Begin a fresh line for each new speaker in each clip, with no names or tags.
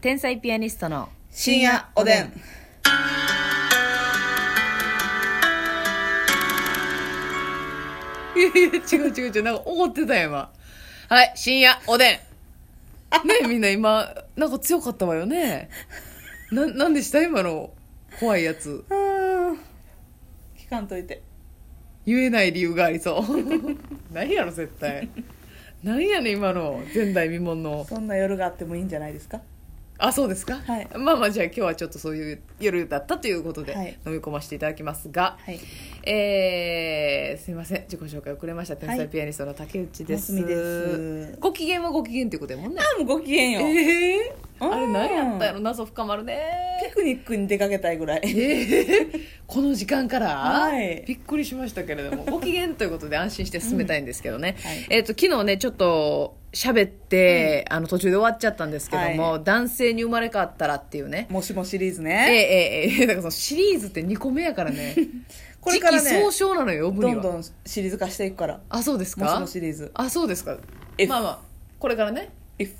天才ピアニストの
深夜おでん。
いやいや違う違う違うなんか怒ってたやん今はい深夜 おでんねみんな今なんか強かったわよねななんでした今の怖いやつ
うーん聞かんといて。
言えない理由があ りそう何やろ絶対何やねん今の前代未聞の
そんな夜があってもいいんじゃないですか。
あそうですか、
はい
まあまあじゃあ今日はちょっとそういう夜だったということで、
はい
飲み込ませていただきますが、
はい。
えー、すいません自己紹介遅れました天才ピアニストの竹内です,、
ますみです
ご機嫌はご機嫌ということやもんね
あ、もうごきげんよ、
えー、
うん
あれ何やったやろ謎深まるね
ピクニックに出かけたいぐらい。
えー、この時間から、
はい
びっくりしましたけれども ご機嫌ということで安心して進めたいんですけどね、
うんはい
えっ、と昨日ねちょっと喋って、あの途中で終わっちゃったんですけども、
は
男性に生まれ変わったらっていうね
もしもシリーズ
ええ
ね。
ええええだからそのシリーズって2個目やから ね
これから
時期
ね
総、称なのよ呼ぶ
ど
に
ん
は
どんシリーズ化していくから。
あそうです
も
か
しもシリーズ。
あそうですか
If
まあまあこれからね
if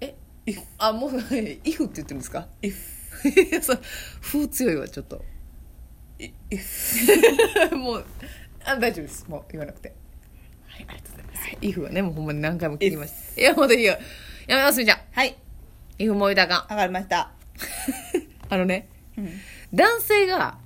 え
if
あもう 「イフ」って言ってるんですか
if
い やそれ風強いわちょっと
if
もうあ大丈夫ですもう言わなくてはいありがとうございます、イフはねもうほんまに何回も聞きましたいやほんといいよやめますみーちゃん
はい、
イフもういたらあか
上がりました。
んあのね
うん。
男性が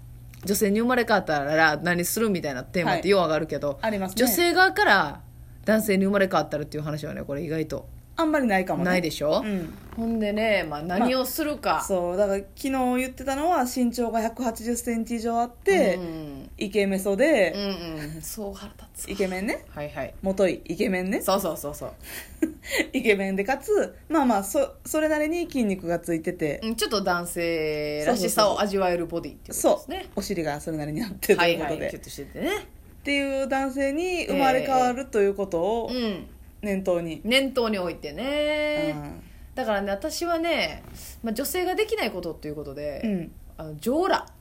女性に生まれ変わったら何するみたいなテーマっ
は
て
い
よう上がるけど、
ありますね
女性側から男性に生まれ変わったらっていう話はねこれ意外と
あんまりないかもね。
ないでしょ、
うん。
ほんでね、まあ、何をするか、
そう、だから昨日言ってたのは身長が180センチ以上あっ
で
て、イケメソで、
うんうんそう腹立つ
イケメンね
はいはい
元いイケメンね
そうそうそうそう、
イケメンでかつまあまあそそれなりに筋肉がついてて、
うん、ちょっと男性らしさを味わえるボディっていうこと
そ
です
う、
ね
お尻がそれなりにあってと
はいいう
こ
は
と
い
で、
キュッとしててね
っていう男性に生まれ変わるということを
うん
念頭に、
念頭に置いてね、だからね私はね、まあ、女性ができないことっていうことで、
うん、うん
あの上裸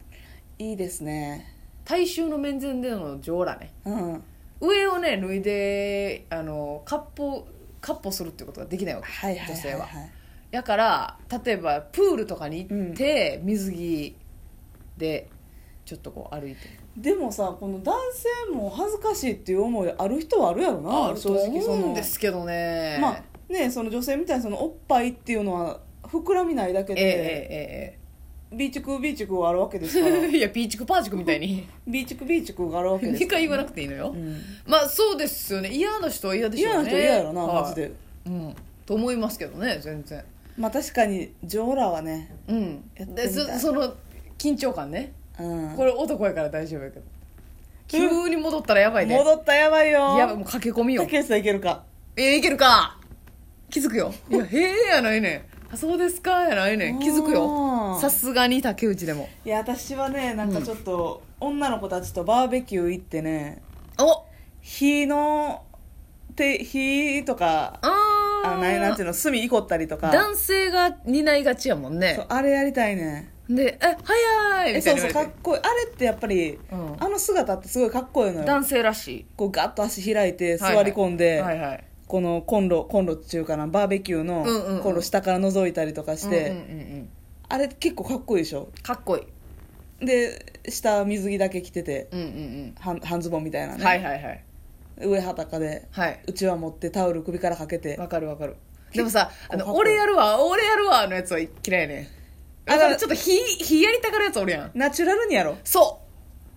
いいですね
大衆の面前での上裸ね
うん
上をね脱いであのカッポカッポするってことができないわけ、
はいはいはい、
女性は
はい
だから例えばプールとかに行って、水着でちょっとこう歩いて
でもさこの男性も恥ずかしいっていう思いある人はあるやろな
あると思うん
の
ですけどね
まあねその女性みたいにそのおっぱいっていうのは膨らみないだけ
ええ
で、
え
ビーチクビーチクがあるわけです
え
から
ええ いやピーチクパーチクみたいに
ビーチクビーチクがあるわけですか
2
ら
回言 わなくていいのよ、
うん
まあそうですよね嫌な人は嫌でしょ
嫌な
うね
人嫌やろな、
はい
マジで
うんと思いますけどね全然
まあ確かに上裸はね
うん
やってみた
で
い
そその緊張感ね
うん
これ男やから大丈夫やけど急に戻ったらやばいね
戻ったやばいよ
やばいもう駆け込みよ
竹内さんいけるか
えー、いけるか気づくよ いや「へえ」やないねんあそうですかやないねん気づく
あ
よ
ー
さすがに竹内でも
いや私はねなんかちょっと、女の子たちとバーベキュー行ってね
お
火のて火とか
あー
あなんなんていうの炭いこったりとか
男性が担いがちやもん
そう
ね
あれやりたいね
で「え早い」
え
みた
そ
いうな
そう
言
かってこ
われ
いいあれってやっぱり、
うん
あの姿ってすごいかっこいいのよ
男性らしい
こうガッと足開いて座り込んで、
はいはいはい
このコンロコンロっていうかなバーベキューの
うんうんうん
コンロ下から覗いたりとかして、
うんうんうんうん
あれ結構かっこいいでしょ
かっこいい
で下水着だけ着てて
うんうん
半半ズボンみたいな
うん、
ね、
はいはいはい
上裸で
はい
ちわ持ってタオル首からかけて
わかるわかるでもさ「あ
結
の
構
俺やるわ俺やるわ」のやつは嫌いね
だ
だか
から
らちょっと火火やりたがるやつおるやん
ナチュラルにやろ
そう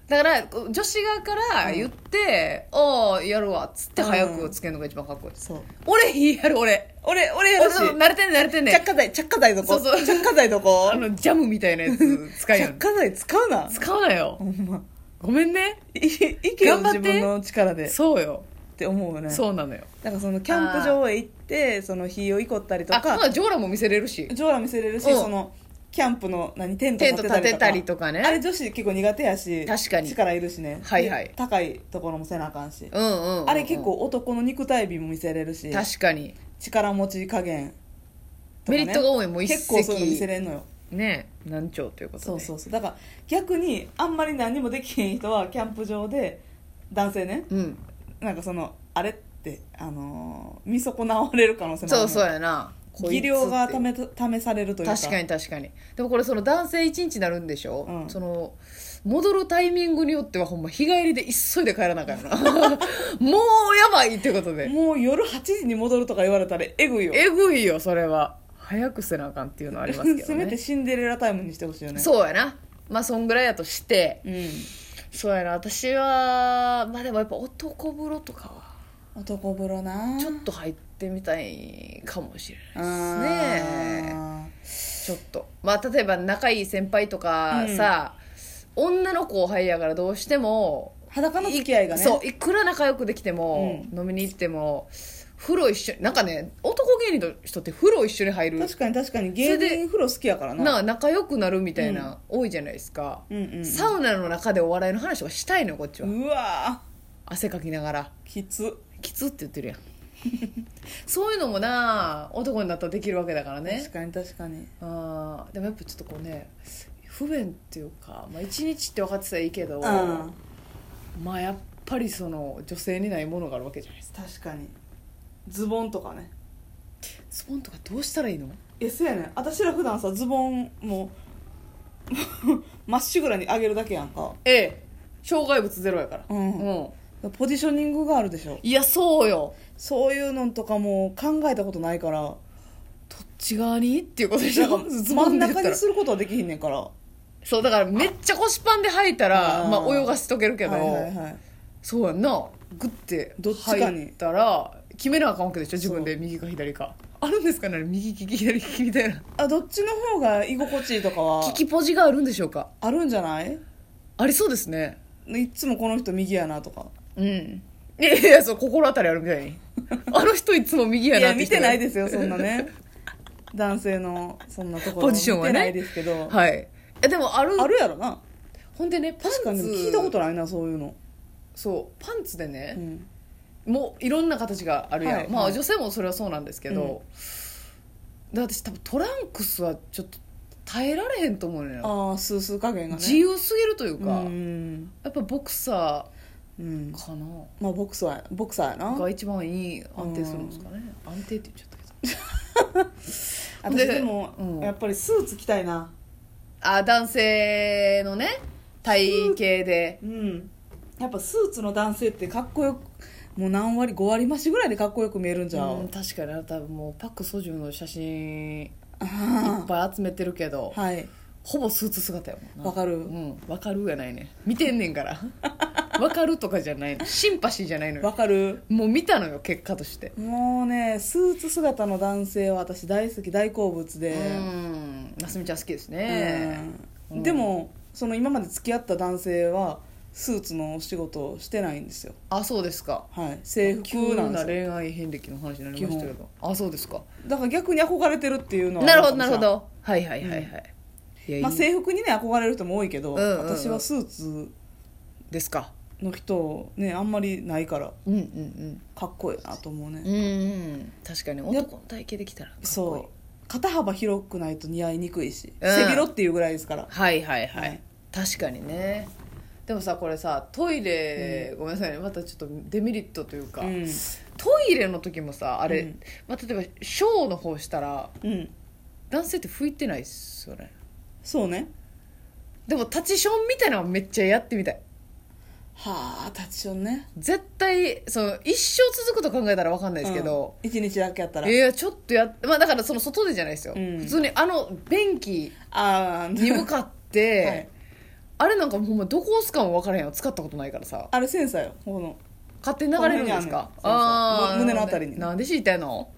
だからこう女子側から言って「ああやるわ」っつって早くつけるのが一番かっこいいです、
そう
俺火やる俺
俺俺や
俺
るし
そう慣れてんね慣れてんね
着火剤着火剤どこ
そうそう
着火剤どこ
あのジャムみたいなやつ使いよ
着火剤使うな
使うなよ
ほんま
ごめんね
いいけよ
頑張って
自分の力でっ
そうよ
て思うよね
そうなのよ
だからそのキャンプ場へ行ってその火をいこったりと
あま
か
あジョーラも見せれるし
ジョーラ見せれるし
うん
そのキャンプの何テント
テント
立
立
て
て
た
た
り
り
とか
とか
あれ
ね
女子結構苦手やし
確かに
力いるしね
はいはい
で高いところもせなあかんし
うんうん、うん、
あれ結構男の肉体美も見せれるし
確かに
力持ち加減とかね
メリットが多いもう一石
結構そういうの見せれんのよ
ね難聴ということで
そうそうそうだから逆にあんまり何もできへん人はキャンプ場で男性ね
うん
なんかそのあれってあのー見損なわれる可能性もある
そう
の
そうやなこいつって
技量が試た試されるというか
確かに確かにでもこれその男性一日になるんでしょ、
うん
その戻るタイミングによってはほんま日帰りで急いで帰らなあか んよなもうやばいってことで
もう夜8時に戻るとか言われたらえぐいよ
えぐいよそれは早くせなあかんっていうのはありますけ ど
せめて
ね
シンデレラタイムにしてほしいよね
そうやなまあそんぐらいやとして
う、ん、
そうやな私はまあでもやっぱ男風呂とかは
男風呂な
ちょっと入ってみたいかもしれないですね
あ
ちょっとまあ例えば仲いい先輩とかさ、女の後輩やからどうしても
ー裸の付き合いがね
そういくら仲良くできても、飲みに行っても風呂一緒になんかね男芸人の人って風呂一緒に入る
確かに確かに
そ
芸
れで
人風呂好きやからな
な仲良くなるみたいな、多いじゃないですか、
うんうんうん
サウナの中でお笑いの話とかしたいのよこっちは、
うわ
汗かきながら
ーきつ
きつって言ってるやん そういうのもな男になったらできるわけだからね
確かに確かに
あーでもやっぱちょっとこうね不便っていうか、まあ、1日って分かってたらいいけど、
うん
まあやっぱりその女性にないものがあるわけじゃないですか
確かにズボンとかね
ズボンとかどうしたらいいの
えそうやねん私ら普段さズボンも うまっしぐらに上げるだけやんか
ええ障害物ゼロやから
うん
うん、
ポジショニングがあるでしょ
いやそうよ
そういうのとかも考えたことない から
どっち側にっていうことでし
な
ょ
んか
ズ
真
ボ
ん
ンで言っ
中
た
に
ら
することはできひんねんから
そうだからめっちゃ腰パンで履いたら
あー
まあ、泳がしとけるけど、
はいはいはい
そうやんなグッて
どっちかに
入ったら決めなあかんわけでしょ自分で右か左かあるんですかね右利き左利きみたいな
あどっちの方が居心地いいとかは
利きポジがあるんでしょうか
あるんじゃない
ありそうですね
いっつもこの人右やなとか
うんいやいやそう心当たりあるみたい にあの人いつも右や
い
な
や
って
見
人
て
が
ないですよそんな ね男性のそんなところ
ポジションはね
見てないですけど、
はいえでもある
あるやろな
ほんでねパンツ
確かにでも聞いたことないなそういうの、
そうパンツで
う
ね、
ん、
もういろんな形があるやん、
はい
ま
は
あ
い
女性もそれはそうなんですけど、で私多分トランクスはちょっと耐えられへんと思うのよ
ああスースー加減がね
自由すぎるというか、
うん、
やっぱボクサ
うん
ー、かな、
まあボクサーやボクサーやな
が一番いい安定するんですかね、安定って言っちゃったけど
私
で
でも、
うん
やっぱりスーツ着たいな
あ男性のね体型で
うんやっぱスーツの男性ってかっこよくもう何割5割増しぐらいでかっこよく見えるんじ
じ
ゃ
ゃあ、
う、
確かにあなたもうパク・ソジュンの写真いっ
あ
ぱい集めてるけど、
あはい
ほぼスーツ姿やもんな
わかる
うんわかるやないね見てんねんから わかるとかじゃないのシンパシーじゃないの
わ
よ
かる
もう見たのよ結果として、
もうねスーツ姿の男性は私大好き大好物で、
うんますみちゃん好きですね、
うんでもその今まで付き合った男性はスーツのお仕事をしてないんですよ
あそうですか
はい制服
急
な
なん
ですよ
恋愛遍歴の話になりましたけどあそうですか
だから逆に憧れてるっていうのは
なるほどなるほ
あ
どはいはいはいはい、いや
るか
いい
もしれない、まあ、制服にね憧れる人も多いけど、
うんうんうん
私はスーツ
ですか
の人ねあんまりないから
うんうんうん
かっこいいなと思うね、
うんうん確かに
や
男の体型できたらかっこいい
そう肩幅広くないと似合いにくいし
うん
背広っていうぐらいですから
はいはいはい、
はい
確かにねでもさこれさトイレ、ごめんなさいねまたちょっとデメリットというか、
うん
トイレの時もさあれ、
うん
まあ、例えばショーの方したら
うん
男性って拭いてないっすよね
そうね
でもタチションみたいなのはめっちゃやってみたい
はあタッチションね
絶対その一生続くと考えたら分かんないですけど、
うん一日だけやったら
いやちょっとやっまあだからその外でじゃないですよ、
うん
普通にあの便器
ああ
に向かって、
はい
あれなんかほんまどこ押すかも分からへんよ使ったことないからさ
あれセンサーよこの
勝手に流れるんですか
この辺にあんねんそうそうむ胸のあたりに
なんで知りたいの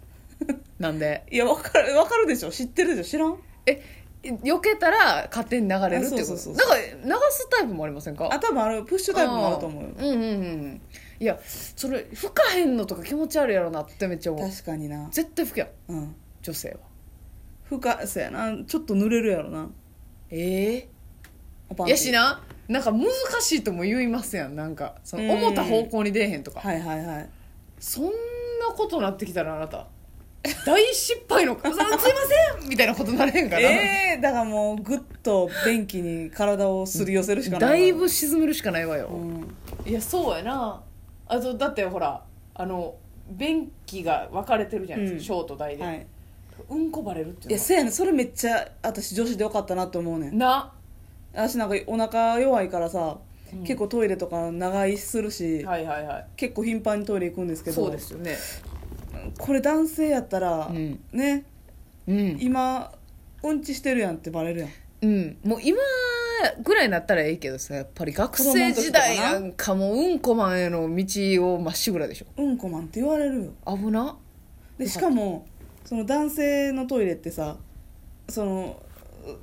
なんで
いやわかるわかるでしょ知ってるでしょ知らん
え避けたら勝手に流れるって
あ
こ
そう
と
そうそう
なんか流すタイプもありませんか
あ多分あれプッシュタイプもあると思うよ
あーうんうんうんいやそれ吹かへんのとか気持ち悪いやろなってめっちゃ思う
確かにな
絶対吹けやん
うん
女性は
深そうやなちょっと濡れるやろな
ええ
おパンテ
い
ィ
やしななんか難しいとも言いますやんなんかその思った方向に出えへんとか、
はいはいはい
そんなことなってきたらあなた大失敗の そのすいませんみたいなことなれへんから、
ええだからもうグッと便器に体をすり寄せるしかないわ
だいぶ沈めるしかないわ
う
よ、
ん
いやそうやなあとだってほらあの便器が分かれてるじゃないですか、ショート大で、
はい
うんこばれるって
い
い
や
う
せやねんそれめっちゃ私女子でよかったなと思うねん
のは
私なんかお腹弱いからさ、
うん
結構トイレとか長居するし、
なはいはいはい
結構頻繁にトイレ行くんですけど
そうですよね
これ男性やったら、
うん
ね
うん、
今うんちしてるやんってバレるやん
うん、もう今ぐらいになったらいいけどさやっぱり学生時代なんかもううんこマンへの道をまっしぐらでしょ
うんこマンって言われるよ
危な
でしかもその男性のトイレってさその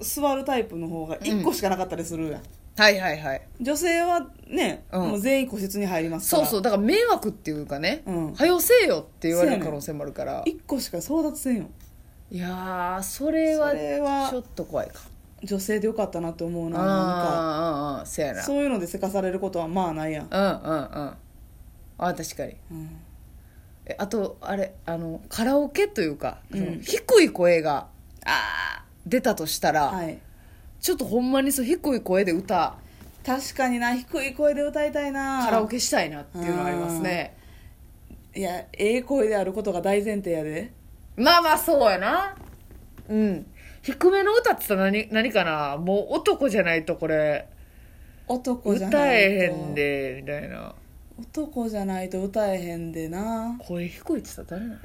座るタイプの方が1個しかなかったりするやん、
はいはいはい
女性はね、
うん
もう全員個室に入りますか
そ
ら
うそうだから迷惑っていうかね
うん
「はよせえよ」って言われる可能性もあるから、
1個しか争奪せんよ
いやーそれは
それは
ちょっと怖いか
女性でよかったなって思う
あ
ななん
あああせや
か
な
そういうのでせかされることはまあないやん、
うんうんうんあ確かに
うん
えあとあれあのカラオケというか、
うん
その低い声が出たとしたら、
はい
ちょっとほんまにそう低い声で歌
確かにな低い声で歌いたいな
カラオケしたいなっていうのはありますね
いやええ声であることが大前提やで
まあまあそうやなうん低めの歌って言ったら何何かなもう男じゃないとこれ
男じゃ
歌
ないと
えへんでみたいな
男じゃないと歌えへんでな
声低いって言ったら誰なの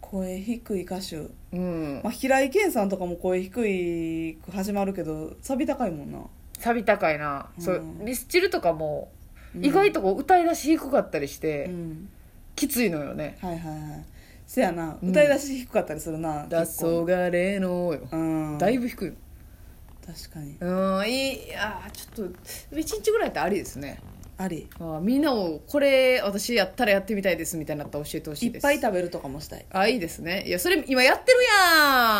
声低い歌手、
うん
まあ、平井堅さんとかも声低く始まるけどサビ高いもんな
サビ高いな、そう
うん
ミスチルとかも
うん
意外とこう歌い出し低かったりして、
うん
きついのよね
はいはいはいせやな
うん
歌い出し低かったりするな、
「黄
結構
昏の」よ、
うん
だいぶ低いよ
確かに
うんいいあーちょっと1日ぐらいってありですね
あり
あーみんなをこれ私やったらやってみたいですみたいになったら教えてほし
い
いで
っ
す
ぱい食べるとかもしたい
あいいですねいやそれ今やってるやん